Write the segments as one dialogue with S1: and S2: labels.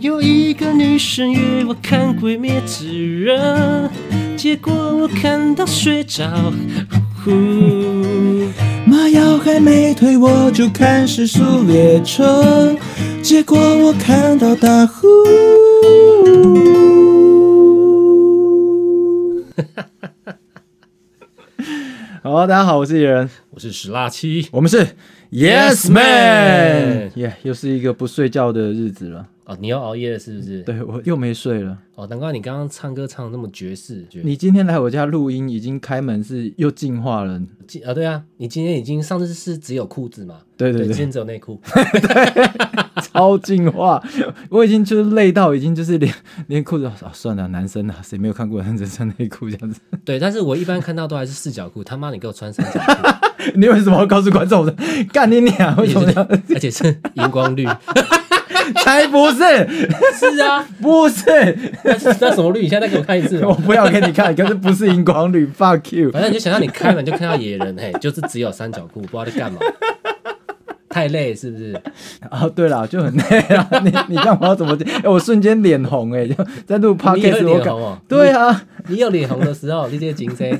S1: 有一个女生约我看《鬼灭之刃》，结果我看到睡着。呼呼
S2: 麻药还没退，我就看时速列车，结果我看到大呼。 好，大家好，我是野人，
S1: 我是史拉七，
S2: 我们是
S1: Yes Man
S2: 耶又是一个不睡觉的日子了。
S1: 哦，你要熬夜了是不是？
S2: 对我又没睡了。
S1: 哦，难怪你刚刚唱歌唱的那么爵士。爵
S2: 你今天来我家录音，已经开门是又进化了。
S1: 今啊，对啊，你今天已经上次是只有裤子嘛？
S2: 对对
S1: 今
S2: 对，
S1: 天只有内 裤。
S2: 超进化！我已经就是累到，已经就是连连裤子都、啊算了，男生啊，谁没有看过男生穿内裤这样子？
S1: 对，但是我一般看到都还是四角裤，他妈你给我穿三角 裤，
S2: 你为什么要告诉观众我说干你娘？为什么要？
S1: 而且是荧光绿。
S2: 才不是，
S1: 是啊，
S2: 不是，
S1: 那是那什么绿？你现在再给我看一次
S2: 我
S1: 嘛。
S2: 不要给你看，可是不是荧光绿，fuck you！
S1: 反正你就想象你开门就看到野人，嘿， 就是只有三角裤，不知道在干嘛。 太累是不是？
S2: 啊，对了，就很累啊。你你让我要怎么讲？哎，我瞬间脸红哎，就在
S1: 你
S2: 录
S1: 有
S2: podcast，我
S1: 脸
S2: 感
S1: 红哦。
S2: 对啊。
S1: 你有脸红的时候，你这些金 C。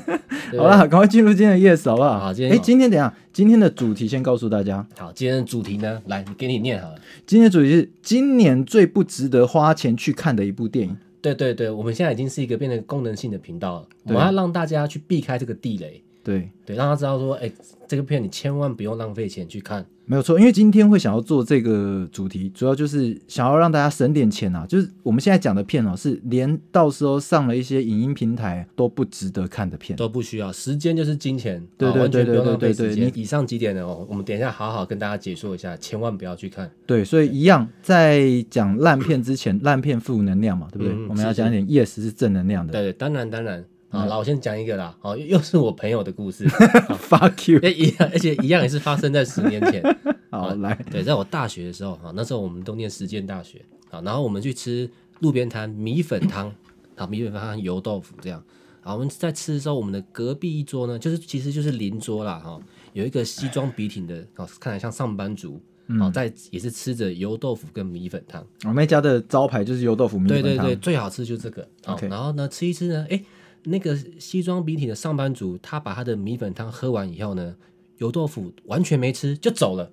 S1: 对
S2: 好啦，赶快进入今天的 yes 好不好？
S1: 好今天
S2: 哎，
S1: 好
S2: 今天怎样？今天的主题先告诉大家，
S1: 好，今天的主题呢，来，你给你念好了。
S2: 今天的主题是今年最不值得花钱去看的一部电影。
S1: 对对对，我们现在已经是一个变成功能性的频道了，我
S2: 对
S1: 们要让大家去避开这个地雷，
S2: 对，
S1: 对，让他知道说，哎、这个片你千万不用浪费钱去看。
S2: 没有错，因为今天会想要做这个主题，主要就是想要让大家省点钱啊。就是我们现在讲的片哦，是连到时候上了一些影音平台都不值得看的片。
S1: 都不需要，时间就是金钱，
S2: 对
S1: 啊
S2: 对
S1: 完全
S2: 对对
S1: 不用浪费
S2: 对对
S1: 时
S2: 对
S1: 间。以上几点呢，哦我们等一下好好跟大家解说一下，千万不要去看。
S2: 对，所以一样，在讲烂片之前，烂片负能量嘛，对不对？
S1: 嗯嗯
S2: 我们要讲一点 yes 是正能量的。
S1: 对对，当然当然，好啦，我先讲一个啦，哦，又又是我朋友的故事，
S2: Fuck you！
S1: 哎一样，而且一样也是发生在十年前。
S2: 好，
S1: 啊
S2: 来，
S1: 对，在我大学的时候啊，那时候我们都念实践大学啊，然后我们去吃路边摊米粉汤啊，米粉汤油豆腐这样。啊，我们在吃的时候，我们的隔壁一桌呢，就是其实就是邻桌啦哈、有一个西装笔挺的哦，看起来像上班族哦，在也是吃着油豆腐跟米粉汤。
S2: 我们家的招牌就是油豆腐米
S1: 对
S2: 粉
S1: 对
S2: 汤。
S1: 对，最好吃就这个。好
S2: OK
S1: 然后呢，吃一吃呢，哎，那个西装笔挺的上班族，他把他的米粉汤喝完以后呢，油豆腐完全没吃就走了。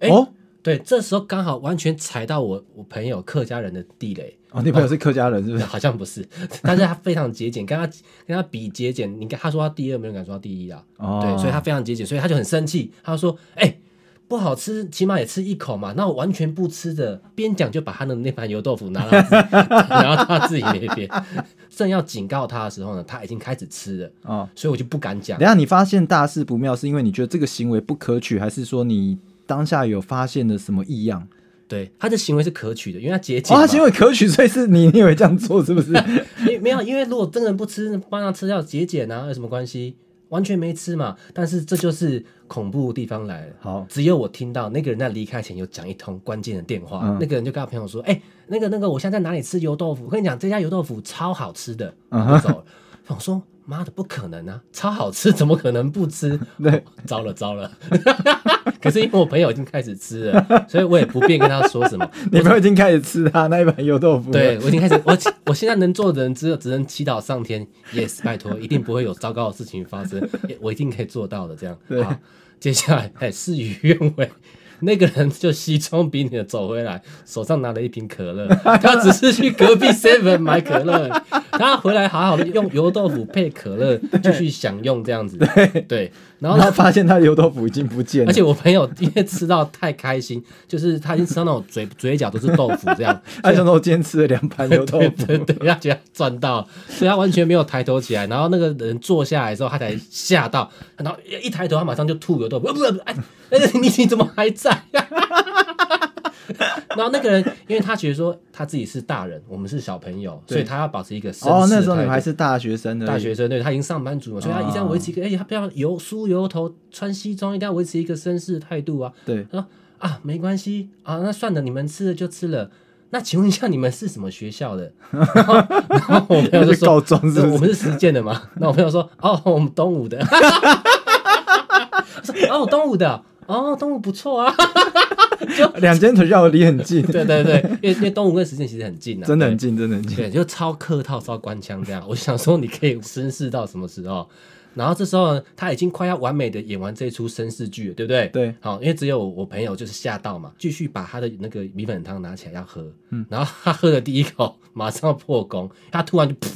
S1: 哎
S2: 哦
S1: 对，这时候刚好完全踩到我我朋友客家人的地雷，
S2: 哦，你朋友是客家人是不是？
S1: 好像不是，但是他非常节俭，跟他跟他比节俭，你看他说他第二，没有人敢说他第一啊，
S2: 哦，
S1: 对，所以他非常节俭，所以他就很生气，他说：“哎、不好吃，起码也吃一口嘛，那我完全不吃的。”边讲就把他的那盘油豆腐拿到自己 拿到他自己那边，正要警告他的时候呢，他已经开始吃了，
S2: 哦，
S1: 所以我就不敢讲
S2: 等一。下你发现大事不妙，是因为你觉得这个行为不可取，还是说你当下有发现了什么异样？
S1: 对，他的行为是可取的，因为他节俭
S2: 哦，
S1: 嘛。
S2: 他行为可取，所以是你，你以为这样做 是不是？
S1: 因为没有，因为如果真人不吃，帮他吃掉节俭啊，有什么关系？完全没吃嘛。但是这就是恐怖的地方来了。
S2: 好，
S1: 只有我听到那个人在离开前有讲一通关键的电话，
S2: 嗯
S1: 那个人就跟他朋友说：“哎、那个那个，我现在在哪里吃油豆腐？我跟你讲，这家油豆腐超好吃的。”
S2: 嗯
S1: 就走了。我说：“妈的，不可能啊，超好吃，怎么可能不吃？”
S2: 对，
S1: 糟了糟了。 可是因为我朋友已经开始吃了，所以我也不便跟他说什么。
S2: 你朋友已经开始吃他那一盘油豆腐了。
S1: 对，我已经开始，我我现在能做的人只有只能祈祷上天，yes，拜托，一定不会有糟糕的事情发生，也我一定可以做到的。这样，
S2: 对
S1: 好，接下来哎，事与愿违，那个人就西装笔挺的走回来，手上拿了一瓶可乐，他只是去隔壁 seven 买可乐，他回来好好的用油豆腐配可乐继续享用这样子，对然
S2: 然
S1: 后呢
S2: 后他发现他的油豆腐已经不见了
S1: 而。且我朋友因为吃到太开心，就是他已经吃到那种嘴嘴角都是豆腐这样，
S2: 他想说我今天吃了两盘油豆
S1: 对
S2: 腐，
S1: 对对，他觉得赚到了，所以他完全没有抬头起来。然后那个人坐下来之后，他才吓到，然后一抬头，他马上就吐油豆腐，不不不，哎，哎你你怎么还在？ 然后那个人，因为他觉得说他自己是大人，我们是小朋友，
S2: 对
S1: 所以他要保持一个绅士的态度。
S2: 哦，那时候你们还哦是大学生的
S1: 大学生，对他已经上班族了，所以他一定要维持一个，哎、他不要油梳油头，穿西装，一定要维持一个绅士的态度啊。
S2: 对，
S1: 他说啊，没关系啊，那算了，你们吃了就吃了。那请问一下，你们是什么学校的？然后然后我朋友就
S2: 那是
S1: 说
S2: 告，状是
S1: 对我
S2: 不是？
S1: 们是实践的嘛。那我朋友说，哦，我们东吴的。 我说哦，东吴的，哦，东吴不错啊。 就
S2: 两间学校离很近，
S1: 对对对，因为因为东吴跟实践其实很近啊，
S2: 真的很
S1: 对
S2: 近，真的很近。
S1: 对，就超客套、超官腔这样。我想说，你可以绅士到什么时候？然后这时候呢，他已经快要完美的演完这一出绅士剧了，对不对？
S2: 对，
S1: 好，因为只有我朋友就是吓到嘛，继续把他的那个米粉汤拿起来要喝，嗯，然后他喝了第一口，马上破功，他突然就噗，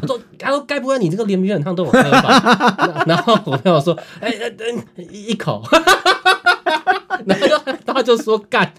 S1: 他说，他说该不会你这个连米粉汤都有喝吧？ 然然后我朋友说，哎、哎哎一口， 然后他他就说干，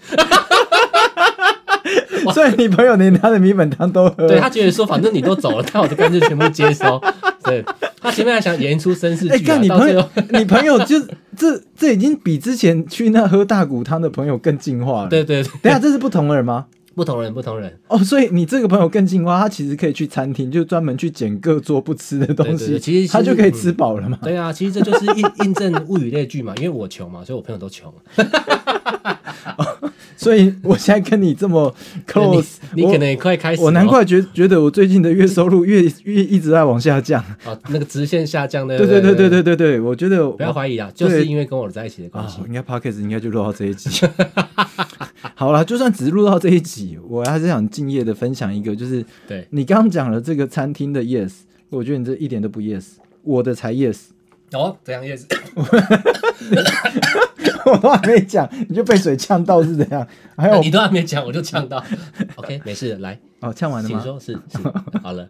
S2: 所以你朋友连他的米粉汤都喝，
S1: 对他觉得说，反正你都走了，那我就干脆全部接收。 对他前面还想演出绅士
S2: 哎，
S1: 剧、啊
S2: 看，你
S1: 到
S2: 朋
S1: 最
S2: 友
S1: 后，
S2: 你朋友就这这已经比之前去那喝大骨汤的朋友更进化 了。
S1: 对，对对，
S2: 等一下这是不同人吗？
S1: 不同人不同人，
S2: 哦，所以你这个朋友更进化，他其实可以去餐厅，就专门去捡各桌不吃的东
S1: 对对
S2: 西，
S1: 对其实
S2: 他就
S1: 其实
S2: 可以吃饱了嘛。
S1: 对啊，其实这 就是印印证物以类聚嘛，因为我穷嘛，所以我朋友都穷。
S2: 所以我现在跟你 这么 close，
S1: 你你可能也哦快开始、
S2: 我我难怪觉觉得我最近的月收入越越一直在往下降。
S1: 啊，那个直线下降的。
S2: 对
S1: 对
S2: 对对对对对对，我觉得
S1: 不要怀疑啊，就是因为跟我在一起的关
S2: 啊
S1: 系，。
S2: 应该 podcast 应该就录到这一集。 好啦，就算只录到这一集，我还是想敬业的分享一个，就是
S1: 对，
S2: 你刚刚讲了这个餐厅的 yes，我觉得你这一点都不 yes，我的才 yes，
S1: 哦，怎样也是
S2: 我都还没讲你就被水呛到是怎样？还有
S1: 你都还没讲，我就呛到。OK，没事，来，
S2: 哦，呛完了
S1: 请
S2: 吗？
S1: 说，是是， 好了，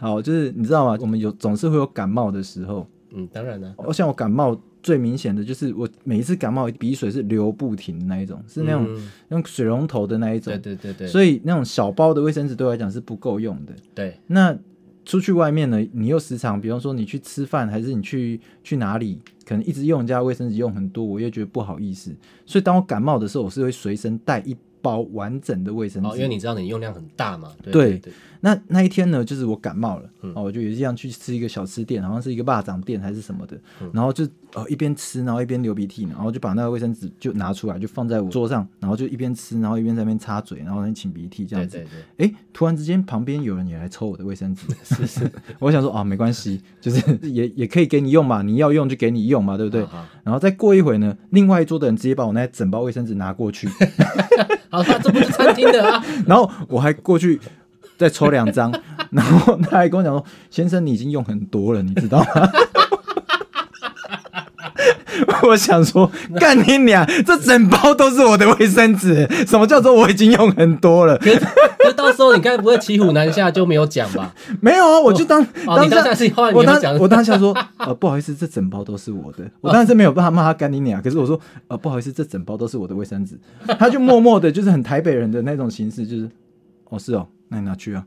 S2: 好，就是你知道吗？我们有总是会有感冒的时候，
S1: 嗯，当然了，
S2: 哦，像我感冒最明显的就是我每一次感冒鼻水是流不停的那一种，是那种、
S1: 嗯
S2: 用水龙头的那一种
S1: 对，对对对，
S2: 所以那种小包的卫生纸对我来讲是不够用的。
S1: 对
S2: 那出去外面呢，你又时常，比方说你去吃饭，还是你去去哪里，可能一直用人家卫生纸用很多，我又觉得不好意思。所以当我感冒的时候，我是会随身带一包完整的卫生
S1: 哦，因
S2: 纸。
S1: 为你知道你用量很大嘛，对
S2: 对
S1: 对对，
S2: 那那一天呢，就是我感冒了，
S1: 嗯
S2: 哦，我就有这样去吃一个小吃店，好像是一个霸掌店还是什么的，
S1: 嗯
S2: 然后就哦一边吃，然后一边流鼻涕，然后就把那个卫生纸就拿出来，就放在我桌上，然后就一边吃，然后一边在那边擦嘴，然后在那边擤鼻涕这样
S1: 对
S2: 子。
S1: 对对，
S2: 哎，突然之间旁边有人也来抽我的卫生纸，是是，我想说啊，没关系，就是 也也可以给你用嘛，你要用就给你用嘛，对不对？
S1: 好， 好
S2: 然后再过一会呢，另外一桌的人直接把我那整包卫生纸拿过去，
S1: 好，那这不是餐厅的啊，
S2: 然后我还过去再抽两张， 然后他还跟我讲说：“先生，你已经用很多了，你知道吗？” 我想说，干你娘！这整包都是我的卫生纸，什么叫做我已经用很多了？
S1: 可是可是到时候你该不会骑虎难下就没有讲吧？
S2: 没有啊，我就当、
S1: 哦，你当
S2: 当下
S1: 下。是后来你
S2: 我
S1: 有
S2: 当
S1: 讲，哦
S2: 我当下 说，呃，不好意思，这整包都是我的。我当时没有办法骂他干你娘，可是我说，呃，不好意思，这整包都是我的 卫生纸。他就默默的，就是很台北人的那种形式，就是，哦，是哦，那你拿去啊。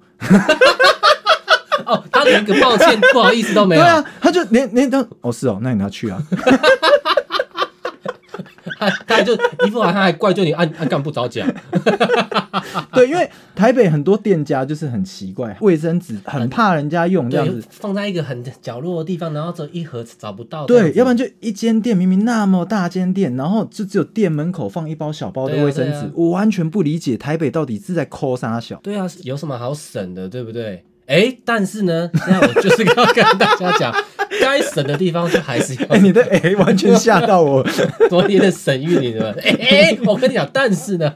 S1: 哦，他连个抱歉、不好意思都没有
S2: 对，啊，他就连连当哦是哦，那你拿去 啊。
S1: 他他就一副好像还怪罪你按按干不着讲，
S2: 对，因为台北很多店家就是很奇怪，卫生纸很怕人家 用这样
S1: 对，
S2: 子。
S1: 放在一个很角落的地方，然后只有一盒找不到，
S2: 对，要不然
S1: 就
S2: 就一间店明明那么大间店，然后就只有店门口放一包小包的
S1: 对啊
S2: 卫生
S1: 对
S2: 纸
S1: 啊，
S2: 我完全不理解台北到底是在抠啥小。
S1: 对啊，有什么好省的，对不对？哎，但是呢，现在我就是要跟大家讲，该省的地方就还是要
S2: 哎，你的哎完全吓到我，
S1: 多一点的省一点的。哎哎，我跟你讲，但是呢，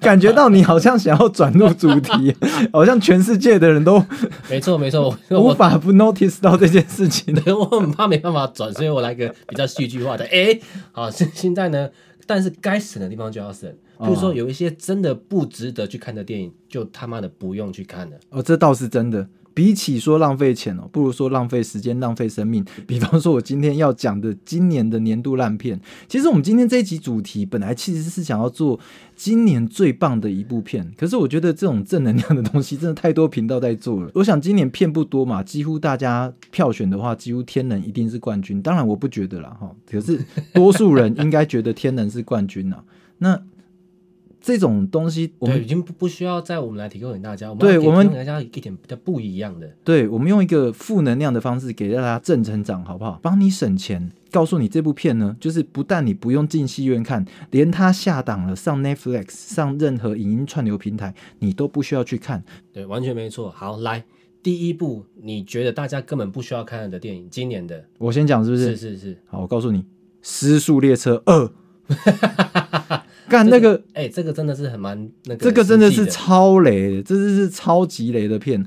S2: 感觉到你好像想要转入主题，好像全世界的人都
S1: 没错没错，我
S2: 无
S1: 我
S2: 法不 notice 到这件事情。
S1: 对，我很怕没办法转，所以我来个比较戏剧化的。哎、好，现现在呢，但是该省的地方就要省，比如
S2: 嗯
S1: 说有一些真的不值得去看的电影，就他妈的不用去看了。
S2: 哦，这倒是真的。比起说浪费钱哦，不如说浪费时间、浪费生命。 比方说，我今天要讲的今年的年度烂片，其实我们今天这一集主题本来其实是想要做今年最棒的一部片，可是我觉得这种正能量的东西真的太多频道在做了。我想今年片不多嘛，几乎大家票选的话，几乎天能一定是冠军。当然我不觉得啦，哈，可是多数人应该觉得天能是冠军啦。那这种东西，我们
S1: 对，已经不不需要再我们来提供给大家，我们
S2: 对
S1: 要给
S2: 我们
S1: 提供给大家一点比较不一样的。
S2: 对，我们用一个负能量的方式给大家正成长，好不好？帮你省钱，告诉你这部片呢，就是不但你不用进戏院看，连它下档了上 Netflix、上任何影音串流平台，你都不需要去看。
S1: 对，完全没错。好，来第一部，你觉得大家根本不需要看的电影，今年的，
S2: 我先讲是不是？
S1: 是是是，
S2: 好，我告诉你，《失速列车二》干那个
S1: 哎、这个真的是很蛮那个，
S2: 这个真
S1: 的
S2: 的是超雷的，这是超级雷的片。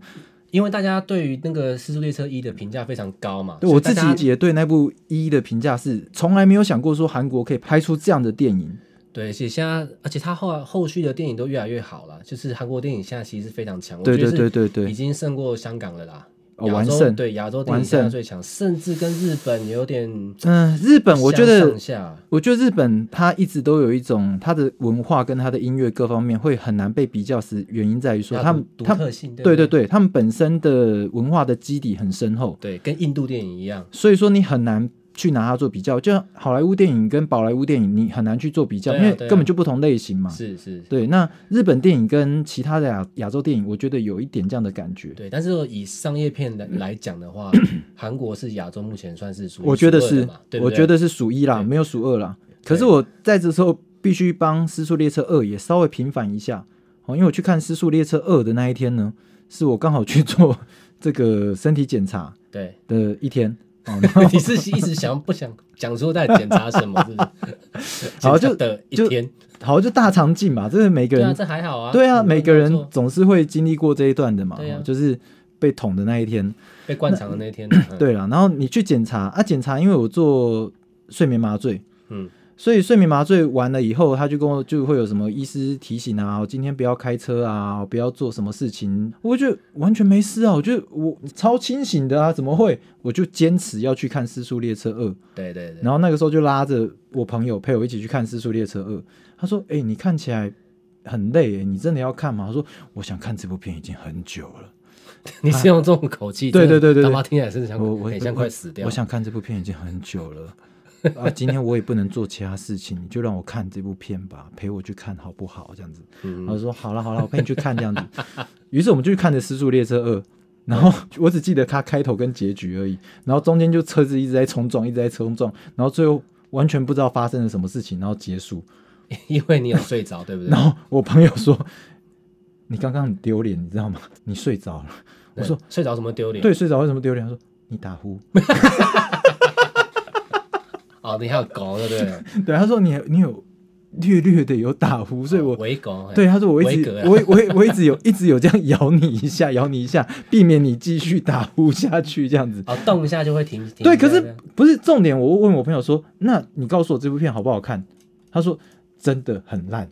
S1: 因为大家对于那个《失速列车一》的评价非常高嘛，
S2: 对
S1: 所
S2: 我
S1: 以大
S2: 自
S1: 家
S2: 己也对那部一的评价是从来没有想过说韩国可以拍出这样的电影。
S1: 对，而且现在，而且他后来后续的电影都越来越好了，就是韩国电影现在其实是非常强，我
S2: 对
S1: 觉得
S2: 对对
S1: 是
S2: 对
S1: 已
S2: 对，
S1: 经胜过香港了啦。
S2: 哦
S1: 亚
S2: 完
S1: 洲
S2: 胜。
S1: 对亚洲电
S2: 完
S1: 影现在
S2: 胜
S1: 最强，甚至跟日本有点
S2: 嗯，日本我觉
S1: 相
S2: 得
S1: 上下
S2: 我觉得日本它一直都有一种它的文化跟它的音乐各方面会很难被比较，是原因在于说
S1: 它
S2: 他们
S1: 独
S2: 他
S1: 独
S2: 们
S1: 特性，
S2: 对
S1: 对
S2: 对
S1: 不对
S2: 对，他们本身的文化的基底很深厚，
S1: 对，跟印度电影一样，
S2: 所以说你很难去拿它做比较。就像好莱坞电影跟宝莱坞电影，你很难去做比较，
S1: 对
S2: 因
S1: 啊
S2: 为
S1: 对啊
S2: 根本就不同类型嘛。
S1: 是是，
S2: 对，那日本电影跟其他的亚亚洲电影，我觉得有一点这样的感觉。
S1: 对。但是以商业片来来讲的话，韩国是亚洲目前算是数一
S2: 我觉得
S1: 数二的
S2: 是
S1: 嘛，对不
S2: 我
S1: 对
S2: 觉得是数一啦，
S1: 对
S2: 没有数二啦。可是
S1: 对
S2: 我在这时候必须帮《失速列车二》也稍微平反一下哦，因为我去看《失速列车二》的那一天呢，是我刚好去做这个身体检查
S1: 对。
S2: 的一天。哦，
S1: 你是一直想不想讲出在检查什么？是不是？
S2: 好
S1: 检查
S2: 就
S1: 的一
S2: 就
S1: 天，
S2: 好，就大肠镜嘛，这是每个
S1: 对
S2: 人
S1: 啊，这还好啊。
S2: 对啊，
S1: 很多
S2: 每
S1: 都
S2: 个人
S1: 做
S2: 总是会经历过这一段的嘛，
S1: 对啊
S2: 哦就是被捅的那一天。
S1: 被灌肠的那天啊，嗯，
S2: 对了，然后你去检查啊，检查，因为我做睡眠麻醉，
S1: 嗯，
S2: 所以睡眠麻醉完了以后，他就跟我就会有什么医师提醒啊，哦今天不要开车啊，不要做什么事情，我就完全没事啊，我就我超清醒的啊，怎么会？我就坚持要去看《失速列车二》，
S1: 对对对，
S2: 然后那个时候就拉着我朋友陪我一起去看《失速列车二》，他说：“哎、你看起来很累、欸，你真的要看吗？”他说：“我想看这部片已经很久了。”
S1: 你是用这种口气，
S2: 对
S1: 真的
S2: 对对对对
S1: 他妈听起来真的像
S2: 我我
S1: 很像快死掉。
S2: 我想看这部片已经很久了啊，今天我也不能做其他事情，你就让我看这部片吧，陪我去看好不好？这样子，
S1: 嗯，
S2: 我说好了好了，我陪你去看这样子。于是我们就去看的《失速列车二》，然后我只记得它开头跟结局而已，然后中间就车子一直在冲撞，一直在冲撞，然后最后完全不知道发生了什么事情，然后结束。
S1: 因为你有睡着，对不对
S2: 然？后我朋友说：“你刚刚很丢脸，你知道吗？你睡着了。”我
S1: 对
S2: 说
S1: 睡着什么丢：“脸？
S2: 对，睡着为什么丢脸？”他说：“你打呼。”
S1: 哦，你还有狗，对不对？
S2: 对，他说你你有略略的有打呼， 所以我、
S1: 哦围狗，嘿
S2: 对，他说我一
S1: 维
S2: 直
S1: 格啊
S2: 我我我一直有一直有这样摇你一下，摇你一下，避免你继续打呼下去这样子。
S1: 哦，动一下就会停。停
S2: 对，
S1: 一下
S2: 可
S1: 这
S2: 是
S1: 样
S2: 不是重点？我问我朋友说，那你告诉我这部片好不好看？他说真的很烂，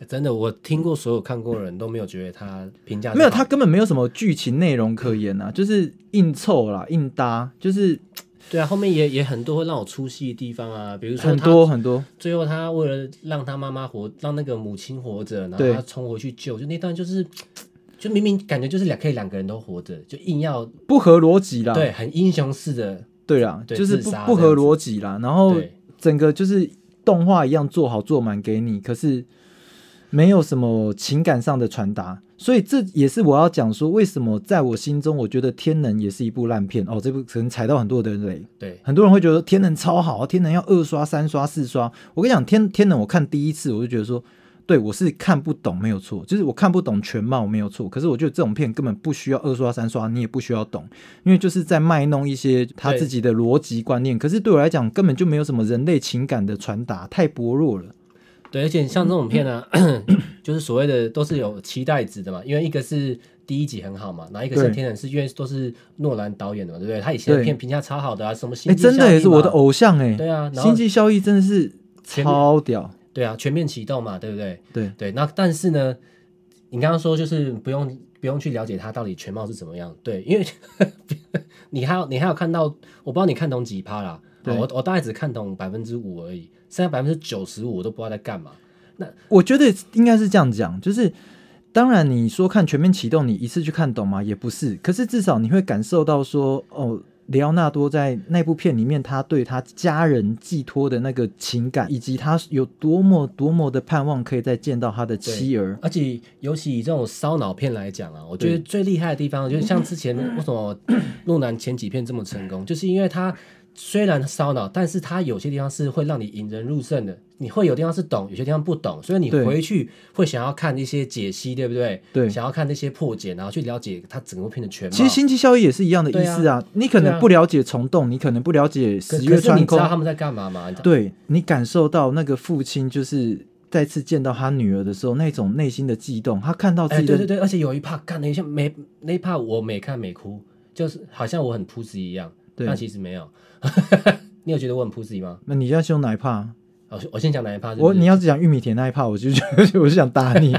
S1: 哎真的，我听过所有看过的人都没有觉得他评价是
S2: 没有，
S1: 好
S2: 他根本没有什么剧情内容可言啊，就是硬凑啦，硬搭，就是
S1: 对啊，后面也也很多会让我出戏的地方啊，比如说
S2: 很
S1: 他
S2: 多很多。
S1: 最后他为了让他妈妈活，让那个母亲活着，然后
S2: 对
S1: 他冲回去救，就那段就是。就明明感觉就是两可以两个人都活着，就硬要
S2: 不合逻辑啦，
S1: 对很英雄式的
S2: 对啦，
S1: 对
S2: 就是
S1: 自
S2: 不
S1: 杀
S2: 不
S1: 这
S2: 合
S1: 样子
S2: 逻辑啦。然后
S1: 对
S2: 整个就是动画一样做好做满给你，可是没有什么情感上的传达，所以这也是我要讲说，为什么在我心中，我觉得《天能》也是一部烂片哦。这部可能踩到很多的雷，
S1: 对
S2: 很多人会觉得《天能》超好，《天能》要二刷、三刷、四刷。我跟你讲，天《天能》我看第一次我就觉得说。对，我是看不懂，没有错，就是我看不懂全貌，没有错。可是我觉得这种片根本不需要二刷、三刷，你也不需要懂，因为就是在卖弄一些他
S1: 对
S2: 自己的逻辑观念。可是对我来讲，根本就没有什么人类情感的传达，太薄弱了。
S1: 对，而且像这种片 呢、就是所谓的都是有期待值的嘛，因为一个是第一集很好嘛，然后一个是
S2: 对
S1: 天人是因为都是诺兰导演的嘛，对不对？他以前的
S2: 对
S1: 片评价超好的啊，什么星
S2: 哎，
S1: 际效
S2: 真
S1: 应
S2: 的也是
S1: 嘛
S2: 我的偶像哎、
S1: 对啊，然后
S2: 星际效益真的是
S1: 全面
S2: 超屌，
S1: 对啊，全面启动嘛，对不对？
S2: 对
S1: 对，那但是呢，你刚刚说就是不用不用去了解它到底全貌是怎么样，对，因为 你还有你还有看到，我不知道你看懂几趴啦，
S2: 对
S1: 我我大概只看懂百分之五而已，剩下百分之九十五我都不知道在干嘛，
S2: 我觉得应该是这样讲，就是当然你说看全面启动，你一次去看懂吗？也不是，可是至少你会感受到说，哦，雷奥纳多在那部片里面，他对他家人寄托的那个情感，以及他有多么多么的盼望可以再见到他的妻儿。
S1: 而且尤其以这种烧脑片来讲啊，我觉
S2: 对
S1: 得
S2: 嗯
S1: 最厉害的地方，就是像之前 为什么诺兰前几片这么成功，就是因为它虽然烧脑，但是它有些地方是会让你引人入胜的，你会有地方是懂，有些地方不懂，所以你
S2: 对
S1: 回去会想要看一些解析，对不对？
S2: 对
S1: 想要看那些破解，然后去了解它整部片的全貌。
S2: 其实星际效益也是一样的意思
S1: 对
S2: 啊，你可
S1: 对
S2: 能
S1: 啊
S2: 不了解虫洞，你可能不了解
S1: 可
S2: 十
S1: 可
S2: 月
S1: 是你
S2: 穿
S1: 知
S2: 空
S1: 道，他们在干嘛吗？你知道
S2: 对你感受到那个父亲就是再次见到他女儿的时候，那种内心的悸动，他看到自
S1: 哎，
S2: 己的、
S1: 对对对，而且有一趴，看那些没那一趴，我每看每哭，就是好像我很扑哧一样，
S2: 对
S1: 但其实没有。 你有觉得我很扑哧吗？
S2: 那你要修哪一怕？
S1: 我我先讲哪一趴？是不
S2: 我
S1: 是
S2: 你要是讲玉米田那一趴，我就 我就想 打你。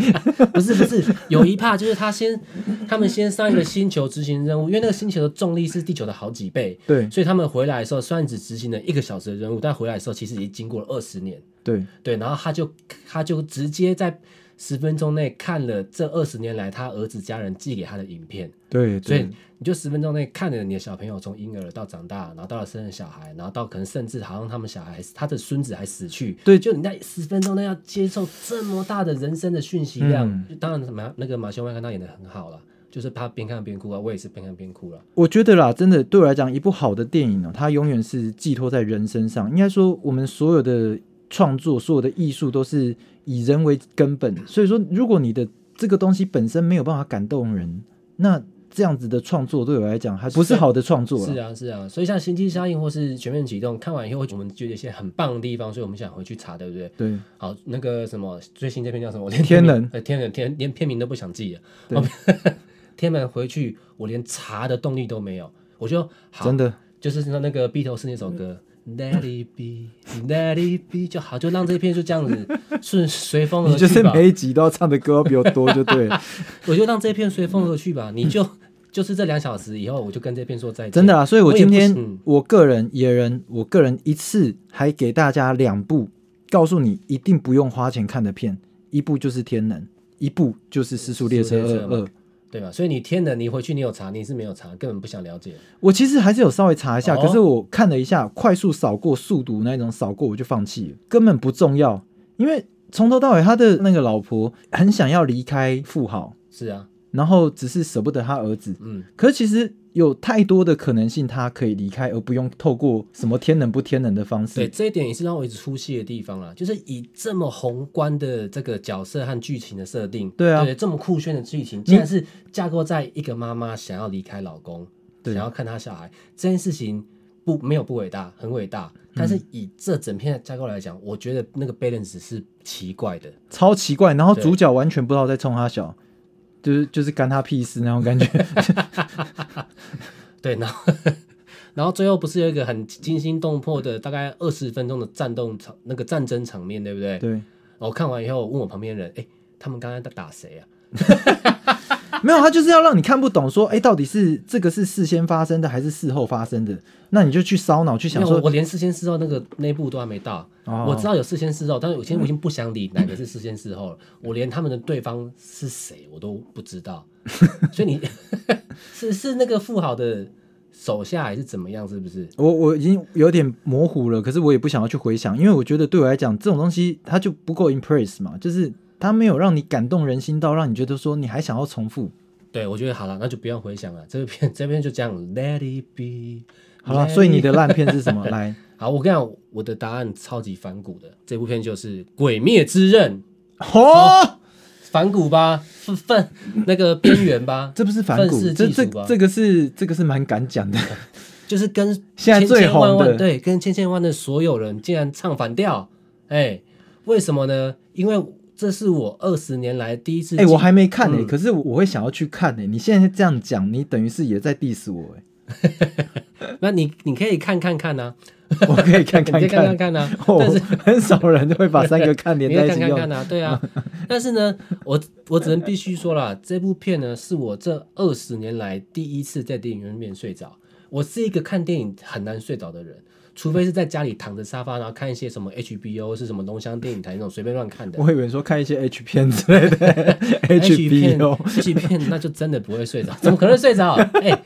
S1: 不是不是，有一怕就是他先，他们先上一个星球执行任务，因为那个星球的重力是地球的好几倍，
S2: 对
S1: 所以他们回来的时候虽然只执行了一个小时的任务，但回来的时候其实已经经过了二十年。
S2: 对，
S1: 对，然后他就他就直接在十分钟内看了这二十年来他儿子家人寄给他的影片，
S2: 对，
S1: 所以
S2: 对
S1: 你就十分钟内看着你的小朋友从婴儿到长大，然后到了生了小孩，然后到可能甚至好像他们小孩他的孙子还死去，
S2: 对
S1: 就你在十分钟内要接受这么大的人生的讯息量，
S2: 嗯
S1: 就当然马那个马修麦康纳演的很好了，就是他边看边哭啊，我也是边看边哭了，
S2: 我觉得啦，真的对我来讲，一部好的电影呢、它永远是寄托在人身上。应该说，我们所有的创作、所有的艺术都是以人为根本。所以说，如果你的这个东西本身没有办法感动人，那这样子的创作对我来讲，还不是好的创作
S1: 是
S2: 了。
S1: 啊是啊，所以像《星际效应》或是《全面启动》，看完以后我们觉得一些很棒的地方，所以我们想回去查，对不对？
S2: 对，
S1: 好，那个什么最新这篇叫什么？我连
S2: 天
S1: 名
S2: 能
S1: 呃，天人天连片名都不想记了。
S2: 对
S1: 哦 天人回去，我连查的动力都没有。我就好，
S2: 真的，
S1: 就是那那个 Beatles 那首歌。Let it be, let it be 就好，就让这一片就这样 子顺随风
S2: 你
S1: 而
S2: 就是
S1: 去吧。
S2: 每一集都要唱的歌比我多，就对了。
S1: 我就让这一片随风而去吧。你就 就是这两小时以后，我就跟这片说再见。
S2: 真的啊，所以我
S1: 我也
S2: 今
S1: 不
S2: 天
S1: 嗯
S2: 我个人野人，我个人一次还给大家两部，告诉你一定不用花钱看的片，一部就是《天能》，一部就是《失速列车
S1: 失速列车
S2: 二二》。
S1: 对吧？所以你天人，你回去你有查，你是没有查，根本不想了解。
S2: 我其实还是有稍微查一下，
S1: 哦
S2: 可是我看了一下，快速扫过速读那种扫过，我就放弃了，根本不重要，因为从头到尾他的那个老婆很想要离开富豪，
S1: 是啊，
S2: 然后只是舍不得他儿子，
S1: 嗯，
S2: 可是其实有太多的可能性，他可以离开，而不用透过什么天能不天能的方
S1: 对，
S2: 式。
S1: 这一点也是让我一直出戏的地方啦，就是以这么宏观的这个角色和剧情的设定，
S2: 对啊
S1: 对，这么酷炫的剧情，竟然是架构在一个妈妈想要离开老公，
S2: 对
S1: 想要看她小孩这件事情不没有不伟大，很伟大，但
S2: 嗯
S1: 是以这整片的架构来讲，我觉得那个 balance 是奇怪的，
S2: 超奇怪，然后
S1: 对
S2: 主角完全不知道在冲他笑，就是就是干他屁事那种 感觉。
S1: 对，然后然后最后不是有一个很惊心动魄的大概二十分钟的战斗场那个战争场面，对不对？
S2: 对，
S1: 我看完以后问我旁边人，哎，他们刚刚在打谁啊？
S2: 没有他就是要让你看不懂说，哎，到底是这个是事先发生的还是事后发生的？那你就去烧脑去想
S1: 没有
S2: 说，
S1: 我连事先事后那个那一步都还没到。
S2: 哦
S1: 我知道有事先事后，但是我现在我已经不想理哪个是事先事后了，我连他们的对方是谁我都不知道。 所以你是是那个富豪的手下还是怎么样？是不是？
S2: 我我已经有点模糊了，可是我也不想要去回想，因为我觉得对我来讲，这种东西它就不够 impress 嘛，就是它没有让你感动人心到让你觉得说你还想要重复。
S1: 对，我觉得好了，那就不要回想了。这篇这篇就这样，Let it be。
S2: 好了，
S1: let
S2: 所以你
S1: it-
S2: 的烂片是什 么？来，
S1: 好，我跟你讲，我的答案超级反骨的。这部片就是《鬼灭之刃》，
S2: 哦，，
S1: 反骨吧，愤愤那个边缘吧
S2: 这不是反骨，
S1: 愤世
S2: 这
S1: 嫉
S2: 这
S1: 俗吧
S2: 这个是这个是蛮敢讲的。
S1: 就是跟
S2: 现在
S1: 千
S2: 最
S1: 千万
S2: 红的
S1: 万对，跟千千万的所有人竟然唱反调，哎，为什么呢？因为这是我二十年来第一次
S2: 哎、
S1: 进，
S2: 我还没看呢、
S1: 嗯
S2: 可是我会想要去看呢、你现在这样讲，你等于是也在 diss 我哎、
S1: 那你你可以看看看呐、
S2: 我可以看
S1: 你可
S2: 看
S1: 以看看
S2: 看，
S1: 看呐、
S2: 我
S1: 但是
S2: 很少人会把三个看 连
S1: 你
S2: 在
S1: 要
S2: 一
S1: 看
S2: 起
S1: 看
S2: 用。
S1: 看呐、对 啊。但是呢，我我只能必须说啦，这部片呢是我这二十年来第一次在电影院面睡着。我是一个看电影很难睡着的人，除非是在家里躺着沙发，然后看一些什么 HBO 是什么龙翔电影台那种随便乱看的。
S2: 我以为说看一些 H 片之类的 HBO，
S1: H 片那就真的不会睡着， 怎么可能睡着？哎、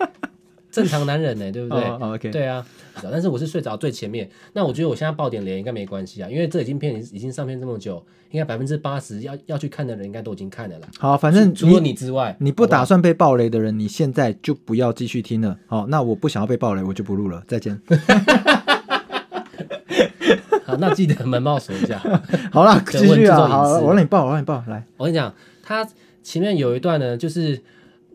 S1: 正常男人呢、对不对、
S2: 哦哦，OK
S1: 对啊，但是我是睡着最前面。那我觉得我现在爆点雷应该没关系啊，因为这已经片已经上片这么久，应该百分之八十要要去看的人应该都已经看了啦。
S2: 好，反正
S1: 除除了
S2: 你
S1: 你之外，
S2: 你不打算被暴雷的人，你现在就不要继续听了。好，那我不想要被暴雷，我就不录了，再见。
S1: 好不好，好那记得门帽锁一 下。
S2: 好啦，
S1: 对
S2: 继续
S1: 我
S2: 啊，
S1: 很注重
S2: 好，
S1: 隐私
S2: 我让你爆，我让你爆，来，
S1: 我跟你讲，他前面有一段呢，就是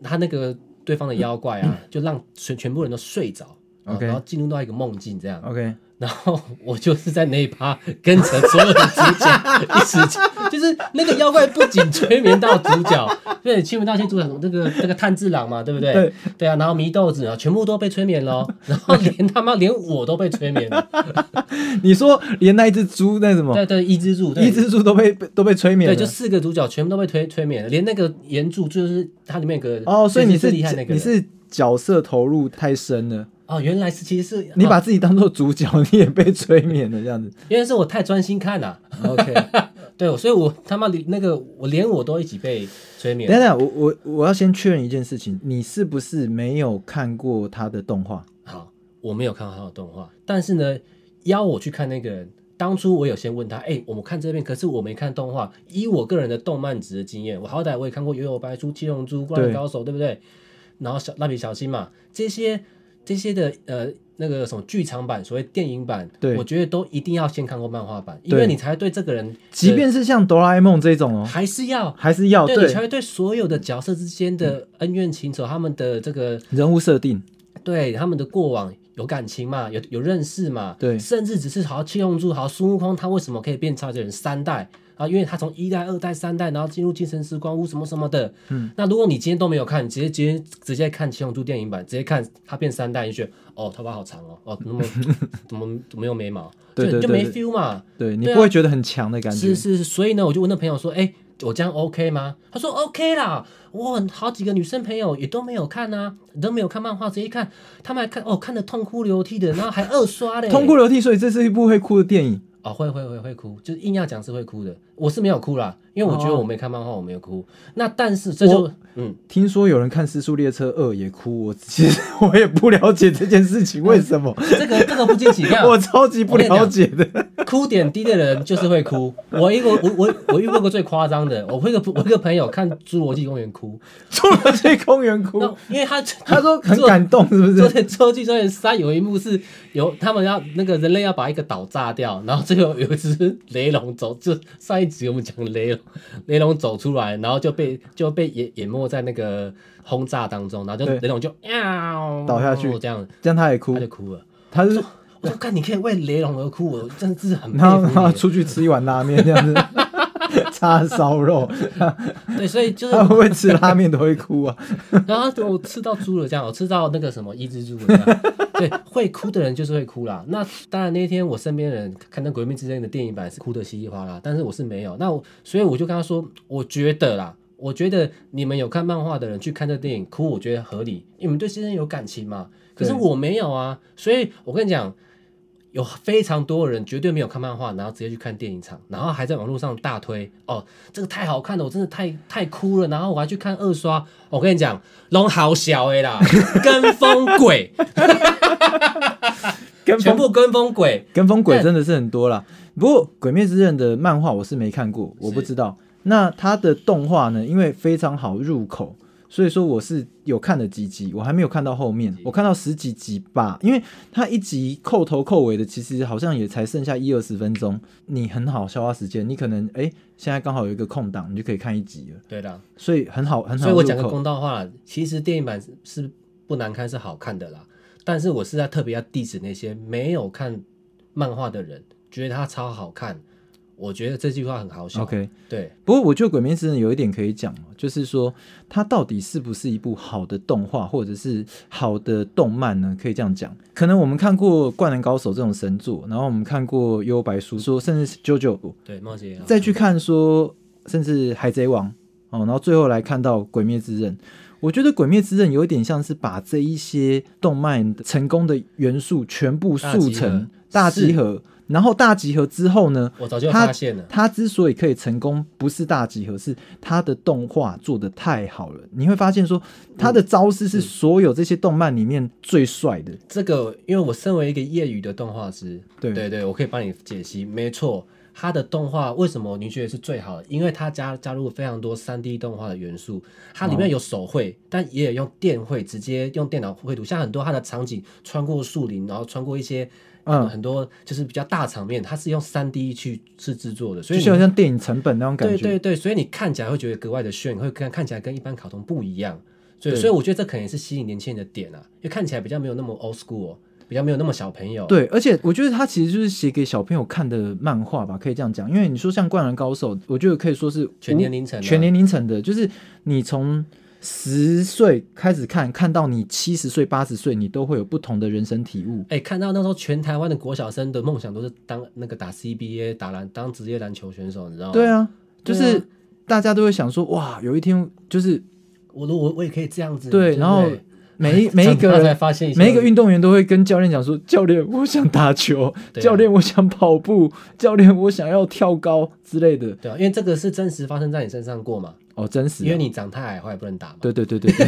S1: 他那个 对方的妖怪啊，就让全全部人都睡着。啊
S2: OK
S1: 然后进入到一个梦境这样。
S2: ，OK，
S1: 然后我就是在那一趴跟着所有的主角一起，就是那个妖怪不仅催眠到主角，对，催眠到些主角，那个那个炭治郎嘛，对不对？
S2: 对
S1: 啊，然后祢豆子啊，全部都被催眠喽，然后连他妈连我都被催眠了，
S2: 你说连那一只猪那什么
S1: 对对，伊之助，对
S2: 一只猪都被都被催眠了，
S1: 对，就四个主角全部都被推催眠了，连那个原著就是它里面有个
S2: 哦，所以你
S1: 最
S2: 是
S1: 厉害那个人
S2: 你是角色投入太深了，
S1: 哦，原来是其实是
S2: 你
S1: 哦
S2: 把自己当做主角， 你也被催眠了这样子。
S1: 原来是我太专心看了、
S2: OK，
S1: 对，所以我他妈连那个我连我都一起被催眠
S2: 等等，我我我要先确认一件事情，你是不是没有看过他的动画？
S1: 好，我没有看到他的动画，但是呢，邀我去看那个人，当初我有先问他，哎、我们看这边，可是我没看动画。以我个人的动漫值的经验，我好歹我也看过《幽游白书》《七龙珠》《灌篮
S2: 对
S1: 高手》，对不对？然后小蜡笔小新嘛，这些这些的呃那个什么剧场版，所谓电影版，
S2: 对
S1: 我觉得都一定要先看过漫画版，因
S2: 对
S1: 为你才对这个人的，
S2: 即便是像哆啦 A 梦这种哦，
S1: 还是要。
S2: 还是要
S1: 对你
S2: 对
S1: 才会对所有的角色之间的恩怨情仇，他们的这个
S2: 人物设定，
S1: 对他们的过往有感情嘛，有有认识嘛，
S2: 对
S1: 甚至只是好像七龙珠，好像孙悟空他为什么可以变超级人三代啊？因为他从一代、二代、三代，然后进入精神时光屋什么什么的。
S2: 嗯，
S1: 那如果你今天都没有看，你直接直接直接看七龙珠电影版，直接看他变三代，你就觉得哦，头发好长哦，哦，那 么怎么怎么又没毛，
S2: 对
S1: 就
S2: 对
S1: 你就
S2: 对
S1: 没
S2: 对
S1: feel 嘛。
S2: 对你
S1: 对啊
S2: 不会觉得很强的感觉
S1: 是。是，是所以呢，我就问那朋友说，哎、我这样 OK 吗？他说 OK 啦，我很好几个女生朋友也都没有看啊，都没有看漫画，直接看，他们还看哦，看的痛哭流涕的，然后还二刷嘞，
S2: 痛哭流涕，所以这是一部会哭的电影。
S1: 哦，会会会会哭，就是硬要讲是会哭的，我是没有哭啦，因为我觉得我没看漫画，我没有哭。那但是这就嗯，
S2: 听说有人看《失速列车二》也哭，我其实我也不了解这件事情为什么，
S1: 这个这个不惊奇，啊你看
S2: 我超级不了解的。
S1: 哭点低的人就是会哭。我一个我我我遇过个最夸张的，我会个我一个朋友看《侏罗纪公园》哭，
S2: 侏罗纪公园哭，
S1: 那因为他
S2: 他说很感动， 是不？
S1: 就是在《侏罗纪公园三》有一幕是有他们要那个人类要把一个岛炸掉，然后最后有一只雷龙走，就上一集我们讲雷龙，雷龙走出来，然后就被就被淹淹没在那个轰炸当中，然后就
S2: 对
S1: 雷龙就喵
S2: 倒下去
S1: 这样
S2: 这样他也哭
S1: 他就，哭了。
S2: 他是
S1: 我说：“看，你可以为雷龙而哭，我真的是很佩
S2: 然后然
S1: 服
S2: 后
S1: 你。
S2: 出去吃一碗拉面这样子， 叉烧肉，”
S1: 对，所以就是
S2: 他会不会吃拉面都会哭啊？
S1: 然后我吃到猪了，这样我吃到那个什么一只猪了，这样对，会哭的人就是会哭啦。那当然那天我身边的人看到《鬼灭之刃》的电影版是哭的稀里哗啦，但是我是没有。那我所以我就跟他说，我觉得啦，我觉得你们有看漫画的人去看这电影哭，我觉得合理，你们对先生有感情嘛。可是
S2: 对
S1: 我没有啊，所以我跟你讲。有非常多人绝对没有看漫画，然后直接去看电影场，然后还在网络上大推哦，这个太好看了，我真的太太哭了，然后我还去看二刷。我跟你讲，龙好小哎 啦，跟风鬼，
S2: 跟
S1: 全
S2: 风
S1: 部跟风鬼。
S2: 跟风鬼
S1: 但
S2: 真的是很多啦。不过《鬼灭之刃》的漫画我是没看过，我不知道。那它的动画呢，因为非常好入口，所以说我是有看了几集，我还没有看到后面，我看到十几集吧。因为它一集扣头扣尾的，其实好像也才剩下一二十分钟，你很好消化时间。你可能哎、诶现在刚好有一个空档，你就可以看一集了，
S1: 对的，
S2: 所以很好很好
S1: 所以
S2: 入
S1: 我讲个
S2: 口。
S1: 公道话，其实电影版是是不难看，是好看的啦。但是我是在特别要 diss 那些没有看漫画的人，觉得它超好看。我觉得这句话很好笑。
S2: OK，
S1: 对，
S2: 不过我觉得《鬼灭之刃》有一点可以讲哦，就是说它到底是不是一部好的动画或者是好的动漫呢？可以这样讲，可能我们看过《灌篮高手》这种神作，然后我们看过《幽游白书》，说甚至是《JoJo》，
S1: 对，猫姐也要啊
S2: 再去看说甚至《海贼王》哦，然后最后来看到《鬼灭之刃》。我觉得《鬼灭之刃》有一点像是把这一些动漫成功的元素全部速成大
S1: 大
S2: 集
S1: 集合
S2: 合，然后大集合之后呢，
S1: 我早就
S2: 他
S1: 发现了。
S2: 它之所以可以成功，不是大集合，是它的动画做的太好了。你会发现说，它
S1: 嗯
S2: 的招式是所有这些动漫里面最帅的。
S1: 这个，因为我身为一个业余的动画师，
S2: 对
S1: 对我可以帮你解析。没错，它的动画为什么你觉得是最好的？因为它加加入了非常多三 D 动画的元素，它里面有手绘，但也有用电绘，直接用电脑绘图，像很多它的场景穿过树林，然后穿过一些。呃
S2: 嗯
S1: 很多就是比较大场面，它是用三 D 去是制作的，所
S2: 就
S1: 以你
S2: 像像电影成本那种感
S1: 对
S2: 觉，
S1: 对对，所以你看起来会觉得格外的炫，会看看起来跟一般卡通不一样。所以
S2: 对
S1: 所以我觉得这可能也是吸引年轻人的点啊，因为看起来比较没有那么 old school，、哦、比较没有那么小朋友。
S2: 对，而且我觉得它其实就是写给小朋友看的漫画吧，可以这样讲。因为你说像《灌篮高手》，我觉得可以说是
S1: 全
S2: 无
S1: 年龄层啊
S2: 全年龄层的，就是你从十岁开始看，看到你七十岁、八十岁，你都会有不同的人生体悟。
S1: 哎、看到那时候全台湾的国小生的梦想都是当那个打 CBA 打篮当职业篮球选手，你知道吗？
S2: 对，啊，就
S1: 对啊
S2: 是大家都会想说，哇，有一天就是
S1: 我如果我也可以这样子，
S2: 对
S1: 不
S2: 然后每一每一
S1: 长大
S2: 个
S1: 才
S2: 人。
S1: 发现一些
S2: 每一个运动员都会跟教练讲说：“教练，我想打球；
S1: 对啊
S2: 教练，我想跑步；教练，我想要跳高之类的。
S1: 对啊，因为这个是真实发生在你身上过嘛，”
S2: 哦，真实啊、
S1: 因为你长太矮，后来不能打嘛。
S2: 对对对对对，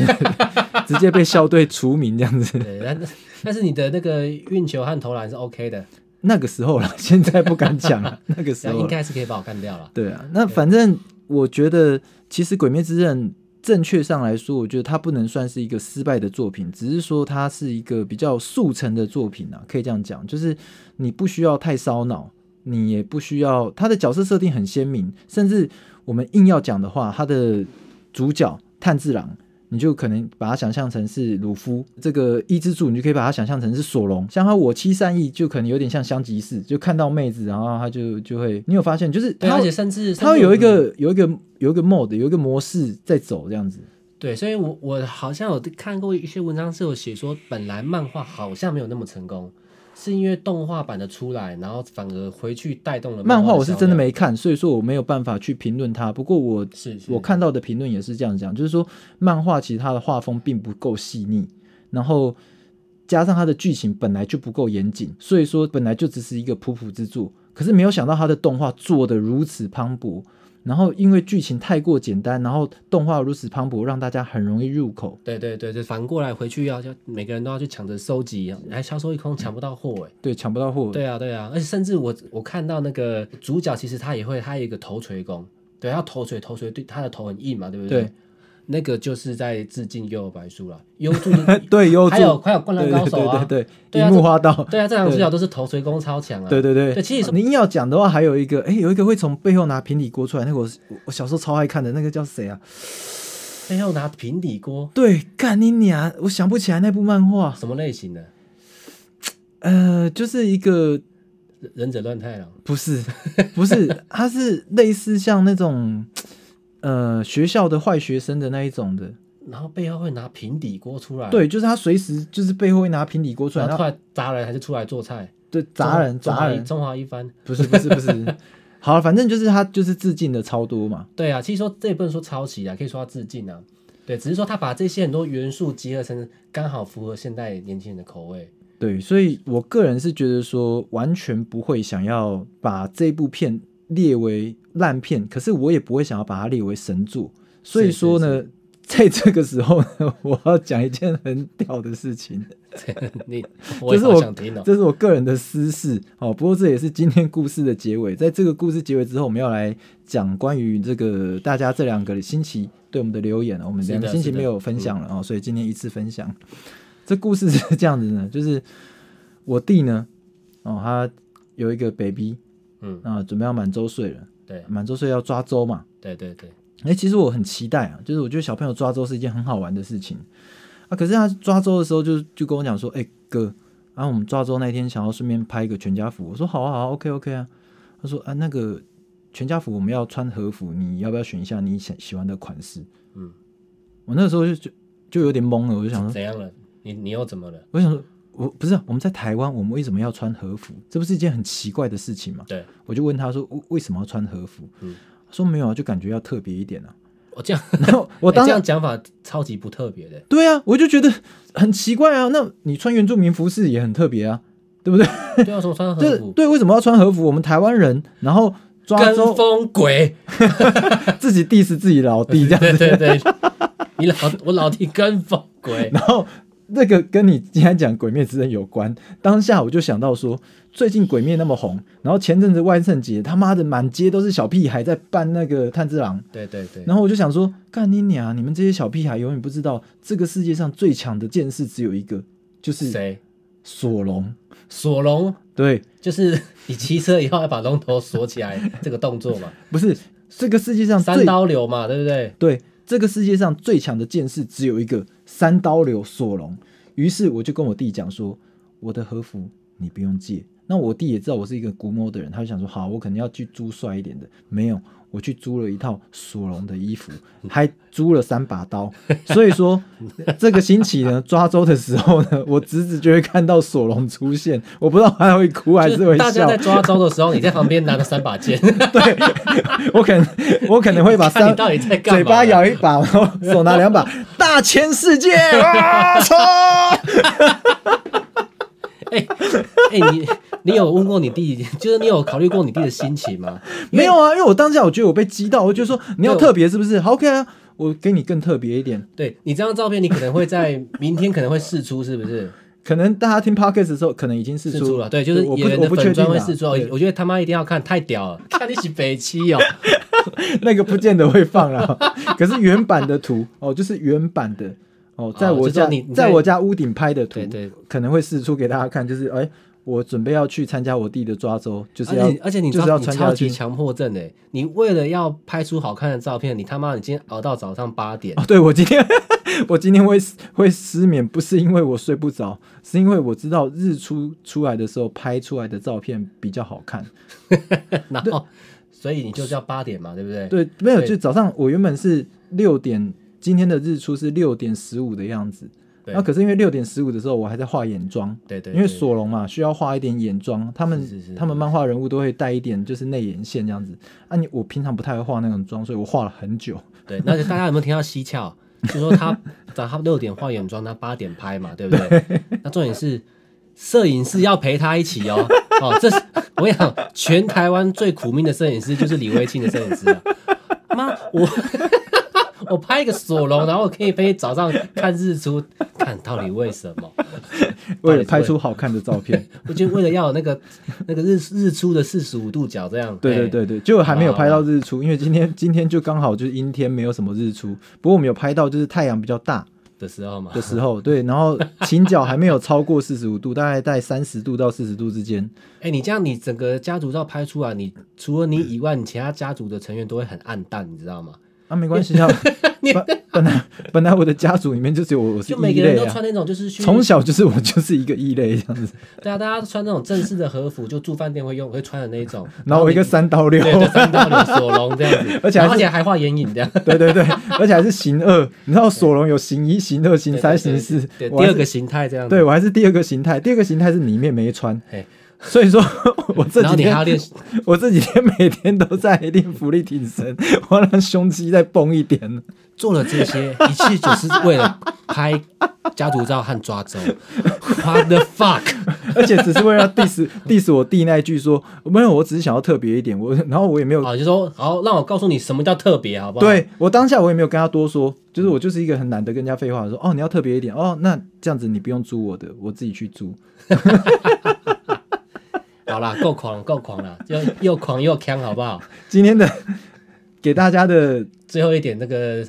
S2: 直接被校队除名这样子。
S1: 对，但 但是你的那个运球和投篮是 OK 的，
S2: 那个时候了，现在不敢讲了。那个时
S1: 然后
S2: 候
S1: 应
S2: 啦，
S1: 该是可以把我干掉了。
S2: 对啊，那反正我觉得，其实《鬼灭之刃》正确上来说，我觉得它不能算是一个失败的作品，只是说它是一个比较速成的作品啊，可以这样讲，就是你不需要太烧脑，你也不需要它的角色设定很鲜明，甚至我们硬要讲的话，它的主角炭治郎。你就可能把它想象成是鲁夫，这个伊之助，你就可以把它想象成是索隆。像他我妻善逸，就可能有点像香吉士，就看到妹子，然后他就就会，你有发现，就是
S1: 对，
S2: 他
S1: 而且甚至
S2: 它会
S1: 甚至
S2: 有一
S1: 我们
S2: 个有一个有一个 mode，有一个模式在走这样子。
S1: 对，所以我我好像有看过一些文章是有写说，本来漫画好像没有那么成功，是因为动画版的出来，然后反而回去带动了
S2: 漫画
S1: 画
S2: 我是真的
S1: 没
S2: 没看，所以说我没有办法去评论它。不过我
S1: 是是
S2: 我看到的评论也是这样讲，就是说漫画其实它的画风并不够细腻，然后加上它的剧情本来就不够严谨，所以说本来就只是一个普普之作。可是没有想到它的动画做得如此磅礴，然后因为剧情太过简单，然后动画如此磅礴，让大家很容易入口。
S1: 对对对，就反过来回去要要每个人都要去抢着收集，还销售一空抢不到货哎。
S2: 对，抢不到货。
S1: 对啊对啊，而且甚至我我看到那个主角其实他也会，他有一个头锤功，对，他头锤头锤对他的头很硬嘛，对不
S2: 对
S1: 那个就是在致敬幽游白书了，幽助的
S2: 对，优
S1: 还
S2: 助
S1: 有还有灌篮高手啊，
S2: 哦对对对
S1: 对
S2: 对，
S1: 啊
S2: 樱木花道，
S1: 对啊，这两个主角都是头锤功超强啊。
S2: 对对对
S1: 对其实
S2: 你硬要讲的话，还有一个，哎，有一个会从背后拿平底锅出来，那个我我我小时候超爱看的，那个叫谁啊？
S1: 背后拿平底锅，
S2: 对，干你娘！我想不起来那部漫画，
S1: 什么类型的？
S2: 呃，就是一个
S1: 忍忍者乱太郎。
S2: 不是 不是，它是类似像那种呃学校的坏学生的那一种的，
S1: 然后背后会拿平底锅出来，
S2: 对，就是他随时就是背后会拿平底锅出来，
S1: 然
S2: 然
S1: 后突
S2: 后
S1: 然砸人还是出来做菜，
S2: 对砸人
S1: 中华
S2: 砸 人，
S1: 中华一中华一番。
S2: 不是不是不是，好了，反正就是他就是致敬的超多嘛。
S1: 对啊，其实说这也不能说抄袭啊，可以说他致敬啊。对，只是说他把这些很多元素结合成，刚好符合现代年轻人的口味。
S2: 对，所以我个人是觉得说，完全不会想要把这部片列为烂片，可是我也不会想要把它列为神作。所以说呢，在这个时候呢， 我要讲一件很屌的事情，
S1: 你，我
S2: 这
S1: 也
S2: 是
S1: 好
S2: 我
S1: 想听哦。
S2: 这是我个人的私事哦。不过这也是今天故事的结尾，在这个故事结尾之后，我们要来讲关于这个大家这两个星期对我们的留言了。我们
S1: 是的
S2: 两个星期
S1: 是的嗯
S2: 没有分享了哦，所以今天一次分享。这故事是这样子呢，就是我弟呢，哦，他有一个 baby
S1: 嗯，
S2: 啊，准备要满周岁了，
S1: 对
S2: 满周岁要抓周嘛，
S1: 对对对，
S2: 哎、其实我很期待啊，就是我觉得小朋友抓周是一件很好玩的事情啊。可是他抓周的时候就，就跟我讲说：“哎、哥，然、啊、后我们抓周那天想要顺便拍一个全家福。”我说：“好啊，好啊，OK OK 啊。”他说：“啊，那个全家福我们要穿和服，你要不要选一下你想喜欢的款式？”
S1: 嗯，
S2: 我那时候就就就有点懵了，我就想说，
S1: 怎样了？你你又怎么了？
S2: 我想说，我不是啊、我们在台湾，我们为什么要穿和服？这不是一件很奇怪的事情吗？
S1: 对，
S2: 我就问他说：“为为什么要穿和服？”
S1: 嗯
S2: 他说：“没有啊，就感觉要特别一点啊。
S1: 我这样，”
S2: 然后我
S1: 我
S2: 当
S1: 这
S2: 时
S1: 样讲法超级不特别的。
S2: 对啊，我就觉得很奇怪啊。那你穿原住民服饰也很特别啊，对不对？
S1: 对啊，什么穿和
S2: 对
S1: 服？
S2: 对，为什么要穿和服？我们台湾人，然后 抓
S1: 跟
S2: 周
S1: 风 鬼，
S2: 自己 diss 自己老弟这样，
S1: 对对对，你老我老弟跟风鬼，
S2: 然后那个跟你今天讲《鬼灭之刃》有关。当下我就想到说，最近《鬼灭》那么红，然后前阵子万圣节，他妈的满街都是小屁孩在扮那个炭治郎。
S1: 对对对，
S2: 然后我就想说，干你娘！你们这些小屁孩永远不知道，这个世界上最强的剑士只有一个，就是
S1: 谁？
S2: 索隆。
S1: 锁龙，
S2: 对，
S1: 就是你骑车以后要把龙头锁起来这个动作嘛，
S2: 不是这个世界上
S1: 三
S2: 最
S1: 刀流嘛，对不对？
S2: 对这个世界上最强的剑士只有一个三刀流索隆。于是我就跟我弟讲说，我的和服你不用借。那我弟也知道我是一个古摸的人，他就想说，好，我肯定要去租帅一点的。没有，我去租了一套索隆的 衣服，还租了三把刀。所以说，这个星期呢，抓周的时候呢，我侄子就会看到索隆出现，我不知道他会哭还是
S1: 就
S2: 会
S1: 大家
S2: 笑
S1: 在。抓周的时候，你在旁边拿着三把剑，
S2: 对， 我可能我可能会把
S1: 看
S2: 三
S1: 你到底在干嘛？
S2: 嘴巴咬一把，然后手拿两把，大千 世界啊！冲！
S1: 哎哎、你你有问过你弟，就是你有考虑过你弟的心情吗？
S2: 没有啊，因为我当下我觉得我被激到，我就说你要
S1: 对
S2: 特别是不是？好 OK 啊，我给你更特别一点。
S1: 对你这张照片，你可能会在明天可能会试出，是不是？
S2: 可能大家听 podcast 的时候，可能已经试
S1: 试出了，对，就是
S2: 我不
S1: 演员
S2: 我
S1: 的
S2: 不确
S1: 粉
S2: 定
S1: 砖会
S2: 啊
S1: 试出。哦我
S2: 对
S1: 我觉得他妈一定要看，太屌 了！看你是北七哦，
S2: 那个不见得会放啦。哦可是原版的图哦，就是原版的哦，在
S1: 哦
S2: 我
S1: 就
S2: 家
S1: 说你你
S2: 在
S1: 在
S2: 我家屋顶拍的图
S1: 对，对。
S2: 可能会试出给大家看，就是哎。我准备要去参加我弟的抓周， 就是
S1: 而
S2: 要
S1: 且而且你知
S2: 就是要
S1: 道你
S2: 参加
S1: 超级
S2: 去
S1: 强迫症哎，你为了要拍出好看的照片，你他妈你今天熬到早上八 点，
S2: 哦，对我今天我今天会失会失眠，不是因为我睡不着，是因为我知道日出出来的时候拍出来的照片比较好看。
S1: 然后所以你就是要八点嘛，对不对？
S2: 对，没有，
S1: 对
S2: 就早上我原本是六点，今天的日出是六点十五的样子。
S1: 对
S2: 那可是因为六点十五的时候我还在画眼妆，
S1: 对对，
S2: 因为
S1: 对
S2: 索隆嘛需要画一点眼妆，他们
S1: 是是是
S2: 他们漫画人物都会带一点就是内眼线这样子。啊你，我平常不太会画那种妆，所以我画了很久。
S1: 对，那就大家有没有听到蹊跷？就说他 早上六点化眼妆，他八点拍嘛，对不 对？那重点是摄影师要陪他一起哦。哦，这是我跟你讲，全台湾最苦命的摄影师就是李威庆的摄影师啊。妈，我 我拍一个索隆，然后我可以陪你早上看日出，看到底为什么？
S2: 为了拍出好看的照片，
S1: 我就为了要有那个那个日日出的四十五度角这样。
S2: 对对
S1: 哎
S2: 对对，结果还没有拍到日出，因为今天今天就刚好就是阴天，没有什么日出。不过我们有拍到就是太阳比较大
S1: 的时候嘛
S2: 的，时 候，对，然后倾角还没有超过四十五度，大概在三十度到四十度之间。
S1: 哎、你这样，你整个家族照拍出来，你除了你
S2: 嗯
S1: 以外，你其他家族的成员都会很暗淡，你知道吗？
S2: 啊，没关系啊，本本来本来我的家族里面就只有我我是
S1: 就每
S2: 异
S1: 个人
S2: 类
S1: 都
S2: 啊
S1: 穿，那种，就是去
S2: 从小就是我就是一个异类这样子，
S1: 对啊，大家都穿那种正式的和服， 就住饭店会用会穿的那一种。
S2: 然后我一个
S1: 你
S2: 三刀流，
S1: 对，就三道流索隆这样子，
S2: 而且
S1: 然
S2: 还是
S1: 后而且还画眼影这样。
S2: 对对对，而且还是行恶，你知道索隆有行一、行二、行
S1: 对
S2: 三、
S1: 对
S2: 行
S1: 对
S2: 四，
S1: 对，
S2: 我
S1: 第
S2: 还
S1: 二
S2: 是
S1: 个形态这样子。
S2: 对我还是第二个形态，第二个形态是里面没穿
S1: 嘿，
S2: 所以说我这
S1: 然
S2: 几
S1: 后你还
S2: 天
S1: 要练习，
S2: 我这几天每天都在练浮力挺身，我要让胸肌再绷一点。
S1: 做了这些，一切就是为了拍家族照和抓 周。What the fuck！
S2: 而且只是为了 diss diss 我弟那一句说没有，我只是想要特别一点。我然后我也没有，
S1: 啊，就说好，让我告诉你什么叫特别，好不好？
S2: 对我当下我也没有跟他多说，就是我就是一个很懒得跟人家废话，说哦你要特别一点哦，那这样子你不用租我的，我自己去租。
S1: 好啦，够狂了，够狂了，又又狂又强，好不好？
S2: 今天的给大家的
S1: 最后一点，那个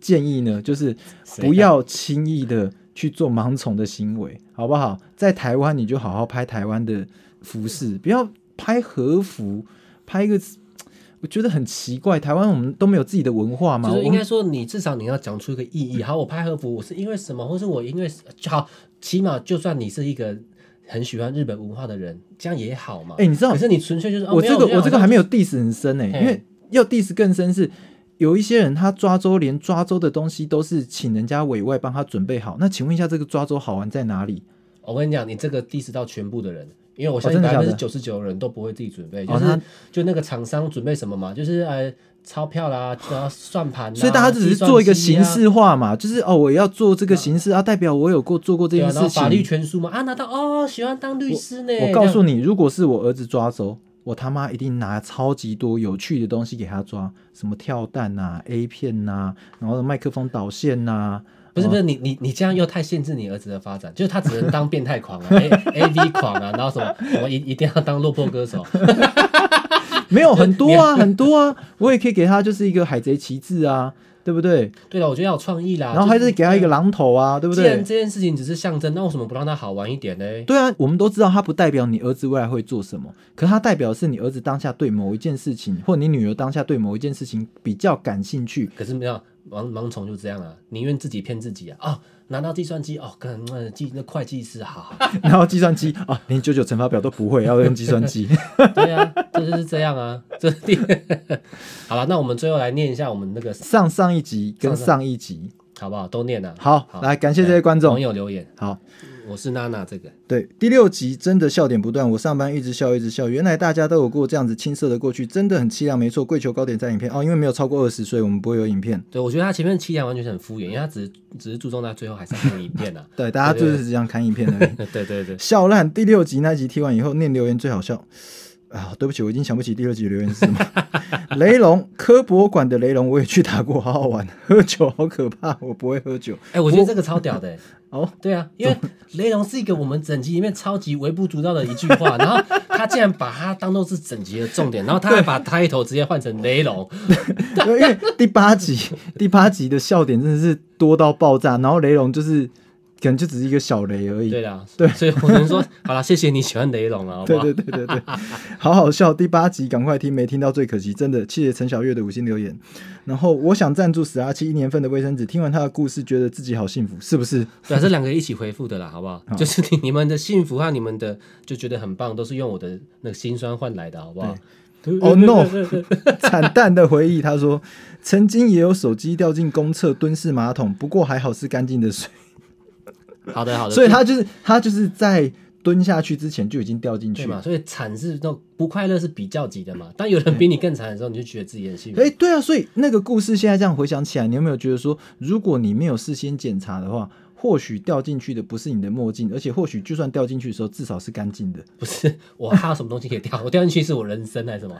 S2: 建议呢，就是
S1: 谁
S2: 不要轻易的去做盲从的行为，好不好？在台湾你就好好拍台湾的服
S1: 嗯
S2: 饰，不要拍和服，拍一个我觉得很奇怪，台湾我们都没有自己的文化嘛，
S1: 就是
S2: 我
S1: 应
S2: 们
S1: 该说，你至少你要讲出一个意义。好，我拍和服，我是因为什么，或是我因为好，起码就算你是一个很喜欢日本文化的人，这样也好嘛。
S2: 哎你知道
S1: 可是你纯粹就是、哦、
S2: 我
S1: 没
S2: 这
S1: 有
S2: 个
S1: 觉得
S2: 我这个
S1: 好像
S2: 还没有 diss 很深呢、
S1: 嘿
S2: 因为要 diss 更深是。有一些人他抓周连抓周的东西都是请人家委外帮他准备好，那请问一下这个抓周好玩在哪里？
S1: 我跟你讲，你这个 diss 到全部的人，因为我相
S2: 哦
S1: 信
S2: 真的
S1: 百
S2: 假的
S1: 分之九十九的人都不会自己准备，就
S2: 哦
S1: 是、
S2: 那
S1: 就那个厂商准备什么嘛，就是呃钞票啦，然后算盘啦，
S2: 所以大家只是做一个形
S1: 计算机啊
S2: 式化嘛，就是哦我要做这个形式啊，代表我有过做过这
S1: 对
S2: 件
S1: 啊，然后
S2: 事情。
S1: 法律全书嘛，啊，拿到哦，喜欢当律师呢。
S2: 我告
S1: 这样
S2: 诉你，如果是我儿子抓走，我他妈一定拿超级多有趣的东西给他抓，什么跳蛋呐、A 片呐、然后麦克风导线啊呐、
S1: 不是不是，你你你这样又太限制你儿子的发展，就是他只能当变态狂啊，A A V 狂啊，然后什么什么一一定要当落魄歌手，
S2: 没有很多啊，很多啊，我也可以给他就是一个海贼旗帜啊，对不对？
S1: 对了，我觉得要有创意啦。
S2: 然后还是给他一个
S1: 对啊，
S2: 榔头啊，对不
S1: 既然
S2: 对？
S1: 这件事情只是象征，那为什么不让他好玩一点呢？
S2: 对啊，我们都知道它不代表你儿子未来会做什么，可它代表是你儿子当下对某一件事情，或你女儿当下对某一件事情比较感兴趣，
S1: 可是没有，盲盲从就这样啊，宁愿自己骗自己啊啊！拿到计算机哦，跟呃计那会计师好，好
S2: 然后计算机啊，连九九乘法表都不会，要用计算 机。
S1: 对啊，这就是 这样啊，这好了，那我们最后来念一下我们那个
S2: 上上一集跟上一集，
S1: 好不好？都念啊，
S2: 好，来感谢这些观
S1: 网
S2: 众。
S1: 友留言，
S2: 好，
S1: 我是娜娜这个，
S2: 对第六集真的笑点不断，我上班一直笑一直笑。原来大家都有过这样子青涩的过去，真的很凄凉。没错，跪求高点赞影片哦，因为没有超过二十岁，我们不会有影片。
S1: 对我觉得他前面七条完全是很敷衍，因为他只只是注重在最后还是看影片啊，
S2: 对，大家就
S1: 对对
S2: 是只想看影片 而已。
S1: 对对对，
S2: 笑烂第六集那集听完以后念留言最好笑啊！对不起，我已经想不起第六集的留言 是什么。雷龙科博馆的雷龙我也去打过，好好玩。 喝酒好可怕，我不会喝酒。
S1: 哎、我觉得这个超屌的、欸。
S2: 哦，
S1: 对啊，因为雷龙是一个我们整集里面超级微不足道的一句话，然后他竟然把它当做是整集的重点，然后他还把 title 直接换成雷龙，
S2: 因为第八集 第八集的笑点真的是多到爆炸，然后雷龙就是可能就只是一个小雷而已。
S1: 对 啦，对，所以我能说，好啦，谢谢你喜欢雷龙了，好不
S2: 对
S1: 好？
S2: 对对对 对，好好笑！第八集赶快听，没听到最可惜，真的。谢谢陈小月的五星留言。然后我想赞助死阿七一年份的卫生纸，听完他的故事，觉得自己好幸福，是 不是？
S1: 对啊，这两个一起回复的啦，好不好？就是你你们的幸福和你们的就觉得很棒，都是用我的那个辛酸换来的，好不好？
S2: Oh no！惨淡的回忆，他说曾经也有手机掉进公厕蹲式马桶，不过还好是干净的水，
S1: 好的好的，
S2: 所以他就是他就是在蹲下去之前就已经掉进
S1: 对
S2: 去
S1: 嘛，
S2: 了。
S1: 所以惨是那种不快乐是比较级的嘛，当有人比你更惨的时候，你就觉得自己很幸福
S2: 哎、。对啊，所以那个故事现在这样回想起来，你有没有觉得说，如果你没有事先检查的话，或许掉进去的不是你的墨镜，而且或许就算掉进去的时候，至少是干净的。
S1: 不是我还有什么东西可以掉？我 掉进去是我人生还是什么？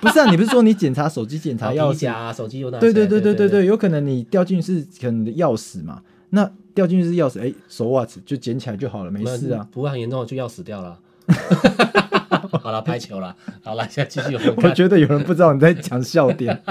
S2: 不是啊，你不是说你检查手机哦检查
S1: 找
S2: 钥
S1: 皮
S2: 匙
S1: 夹、啊、手机又拿起
S2: 对
S1: 来。
S2: 对
S1: 对
S2: 对对对对，有可能你掉进去是可能你的钥匙嘛，那掉进去是钥匙，哎、手袜子就捡起来就好了，没事啊。，
S1: 不会很严重，就要死掉 了。好了，拍球了，好了，现在继续我们
S2: 我
S1: 看。
S2: 觉得有人不知道你在讲笑点。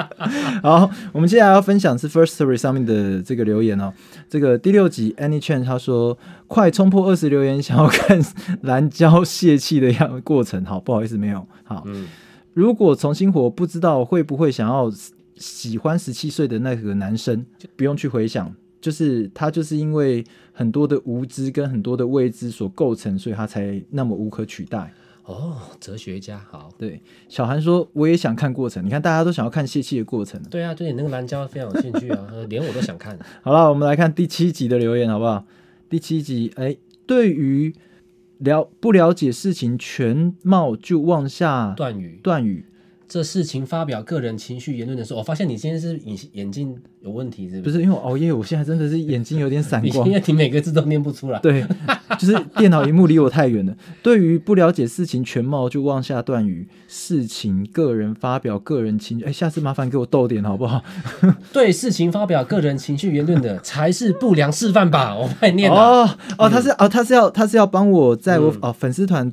S2: 好，我们接下来要分享是 First Story 上面的这个留言哦。这个第六集 Annie Chan 他说：“快冲破二十留言，想要看蓝胶泄气的样过程。”好，不好意思，没有。好，
S1: 嗯，
S2: 如果重新活，不知道会不会想要喜欢十七岁的那个男生，不用去回想，就是他就是因为很多的无知跟很多的未知所构成，所以他才那么无可取代。
S1: 哦，哲学家，好，
S2: 对，小韩说我也想看过程，你看大家都想要看泄气的过程。
S1: 对啊，对你那个蓝胶非常有兴趣啊， 呃连我都想看。
S2: 好了，我们来看第七集的留言好不好？第七集，哎，对于了不了解事情全貌就妄下
S1: 段宇，
S2: 断语，
S1: 这事情发表个人情绪言论的时候，我发现你今天是隐眼睛有问题，是
S2: 不
S1: 不是？
S2: 是因为我熬夜，我现在真的是眼睛有点闪
S1: 你
S2: 光
S1: 因。为你每个字都念不出来。
S2: 对， 就是电脑荧幕离我太远了。对于不了解事情全貌就妄下断语，事情个人发表个人情绪，哎，下次麻烦给我逗点好不好？
S1: 对事情发表个人情绪言论 的，才是不良示范吧？我帮你念了。
S2: 哦哦，他是哦，他是要他是要帮我在我、哦粉丝团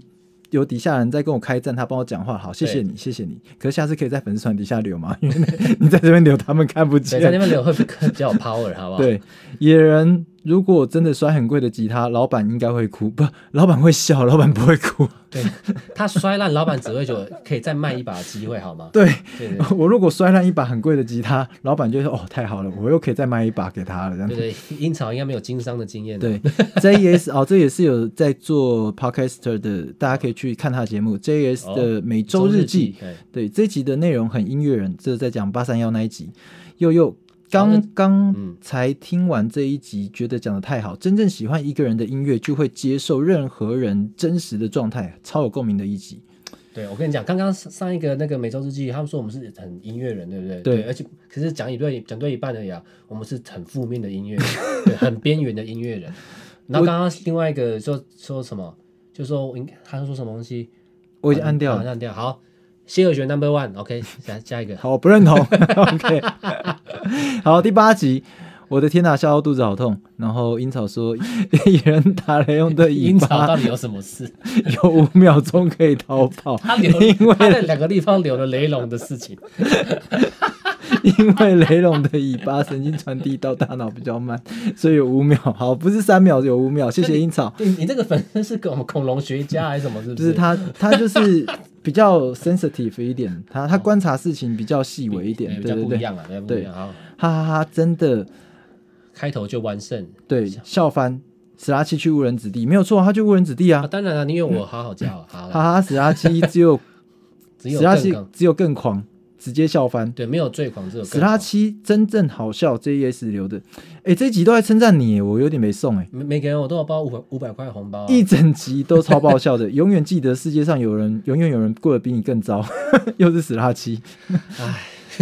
S2: 有底下人在跟我开战，他帮我讲话，好，谢谢
S1: 对
S2: 你，谢谢你。可是下次可以在粉丝团底下留吗？因 为你在这边留，他们看不
S1: 对，在那
S2: 见。
S1: 边留会比较有 power，好不好？
S2: 对，野人如果真的摔很贵的吉他，老板应该会哭，不，老板会笑，老板不会哭。
S1: 对，他摔烂，老板只会觉得可以再卖一把的机会，好吗？
S2: 对，
S1: 对对对
S2: 我如果摔烂一把很贵的吉他，老板就会说哦太好了，我又可以再卖一把给他了这样
S1: 对对，樱草应该没有经商的经验啊的。
S2: 对，JS 哦， 这也是有在做 podcaster 的，大家可以去看他的节目 JS 的每哦周日记。
S1: 周日记
S2: 对，这集的内容很音乐人，这是在讲八三幺那一集。又又刚刚
S1: 嗯
S2: 才听完这一集，觉得讲的太好。真正喜欢一个人的音乐，就会接受任何人真实的状态，超有共鸣的一集。
S1: 对，我跟你讲，刚刚上一个那个每周日记，他们说我们是很音乐人，对不对？
S2: 对
S1: 而且可是讲一对讲对一半而已啊，我们是很负面的音乐人，对，很边缘的音乐人。然后刚刚另外一个说说什么，就说我应该他说什么东西，
S2: 我已经按掉
S1: 啊
S2: 了，
S1: 按掉。好，谢尔学 number one，OK，、下 下一个。
S2: 好，我不认同。OK，好，第八集。我的天呐、笑到肚子好痛。然后樱草说，野人打雷用的
S1: 樱
S2: 尾
S1: 草
S2: 巴
S1: 到底有什么事？
S2: 有五秒钟可以逃跑，
S1: 他留
S2: 因为
S1: 他在两个地方留了雷龙的事情。
S2: 因为雷龙的尾巴神经传递到大脑比较慢，所以有五秒。好，不是三秒，有五秒。谢谢樱草，
S1: 对你这个粉丝是跟我们恐龙学家还是什么？是不
S2: 就是他，他就是比较 sensitive 一点，他他观察事情比较细微一
S1: 对
S2: 点，
S1: 哦哎比较
S2: 对对
S1: 不一
S2: 对。
S1: 样啊，对不一样。好，
S2: 哈哈哈，真的
S1: 开头就完胜
S2: 对笑翻史拉奇去误人子弟，没有错啊，他去误人子弟啊
S1: 啊！，当然了，因为我好好教啊，好
S2: 哈
S1: 了，
S2: 哈，史拉奇只有
S1: 只有
S2: 史拉
S1: 更
S2: 奇
S1: 更
S2: 只有更狂，直接笑翻。
S1: 对，没有最狂，只有
S2: 史
S1: 更
S2: 拉
S1: 狂。
S2: 奇真正好笑，JES 留的，哎，这一集都在称赞你耶，我有点没送哎。
S1: 每每个人我都有包五百五百块红包啊、
S2: 一整集都超爆笑的， 永远记得世界上有人，永远有人过得比你更糟， 又是史拉七，
S1: 唉，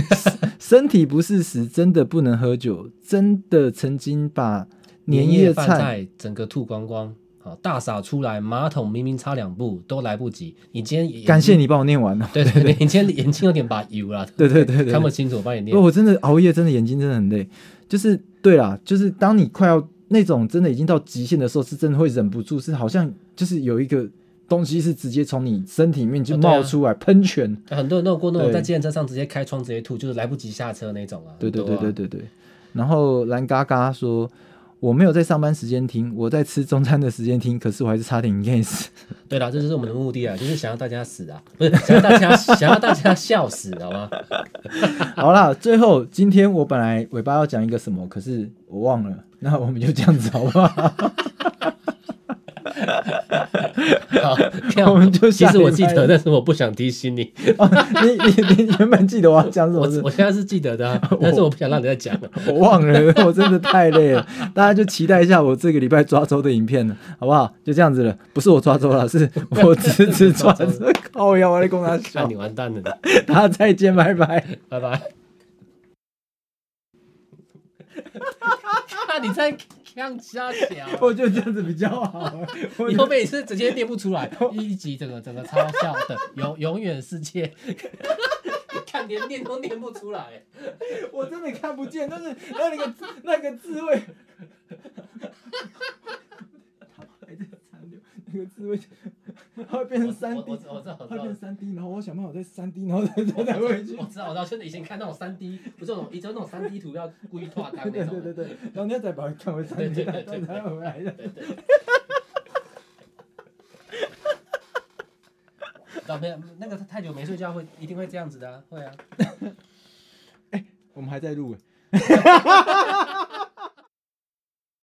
S2: 身体不适时真的不能喝酒，真的曾经把年
S1: 年夜
S2: 夜
S1: 饭
S2: 菜
S1: 菜整个吐光光，好大洒出来，马桶明明差两步都来不及。你今天眼
S2: 感谢
S1: 睛，
S2: 你帮我念完了，哦
S1: 对对对，你今天眼睛有点把油了，
S2: 对对对对
S1: 看不
S2: 对，
S1: 清楚，我帮你念
S2: 哦不。我真的熬夜，真的眼睛真的很累，就是对啦，就是当你快要那种真的已经到极限的时候，是真的会忍不住，是好像就是有一个东西是直接从你身体里面就
S1: 哦对啊
S2: 冒出来，喷泉，
S1: 很多人啊都有过那种
S2: 对
S1: 在计程车上直接开窗直接吐，就是来不及下车那种啊。
S2: 对对
S1: 很多
S2: 对
S1: 啊
S2: 对对对。然后蓝嘎嘎说：“我没有在上班时间听，我在吃中餐的时间听，可是我还是差点 yes。
S1: 对啦，这就是我们的目的啊，就是想要大家死啊，不是想要大家 想要大家笑死，好吗？”
S2: 好啦，最后今天我本来尾巴要讲一个什么，可是我忘了，那我们就这样子好不好？
S1: 好，这样
S2: 我们就
S1: 其
S2: 下
S1: 实我
S2: 礼
S1: 记
S2: 拜
S1: 得，但是我不想提醒你，
S2: 哦、你你你原本记得我要讲什
S1: 我
S2: 么是
S1: 我现在是记得的、 啊，但是我不想让你再讲了。
S2: 我忘了，我真的太累了。大家就期待一下我这个礼拜抓周的影片了，好不好？就这样子了，不是我抓周了，是我支持抓周。靠呀，我来跟他
S1: 那
S2: 笑
S1: 你，完蛋了，
S2: 大家再见，拜拜。
S1: 拜拜。 那你在呛瞎
S2: 我
S1: 讲，
S2: 觉得这样子比较好。我
S1: 你后面也是直接念不出来，一集整个整个超笑的，永永远世界，看连念都念不出来。
S2: 我真的看不见，但是那个字那个字 会，它还在残留，那个字会，它会变成三
S1: 我
S2: D，
S1: 我我知道我
S2: 它
S1: 知
S2: 会
S1: 道
S2: 变。三 D，然后我想办法在三 D，然后再再再回去
S1: 我。知道，我知道，就是以前看那种三 D，不是那种，以前那种三 D 图要故意画
S2: 对
S1: 当那
S2: 对
S1: 种的。
S2: 对对对，然后你要再把它看回三
S1: 对
S2: D，
S1: 对
S2: 然
S1: 对
S2: 后才回 来的。
S1: 啊，没有，那个太久没睡觉会一定会这样子的、啊，会啊。
S2: 我们还在录哎。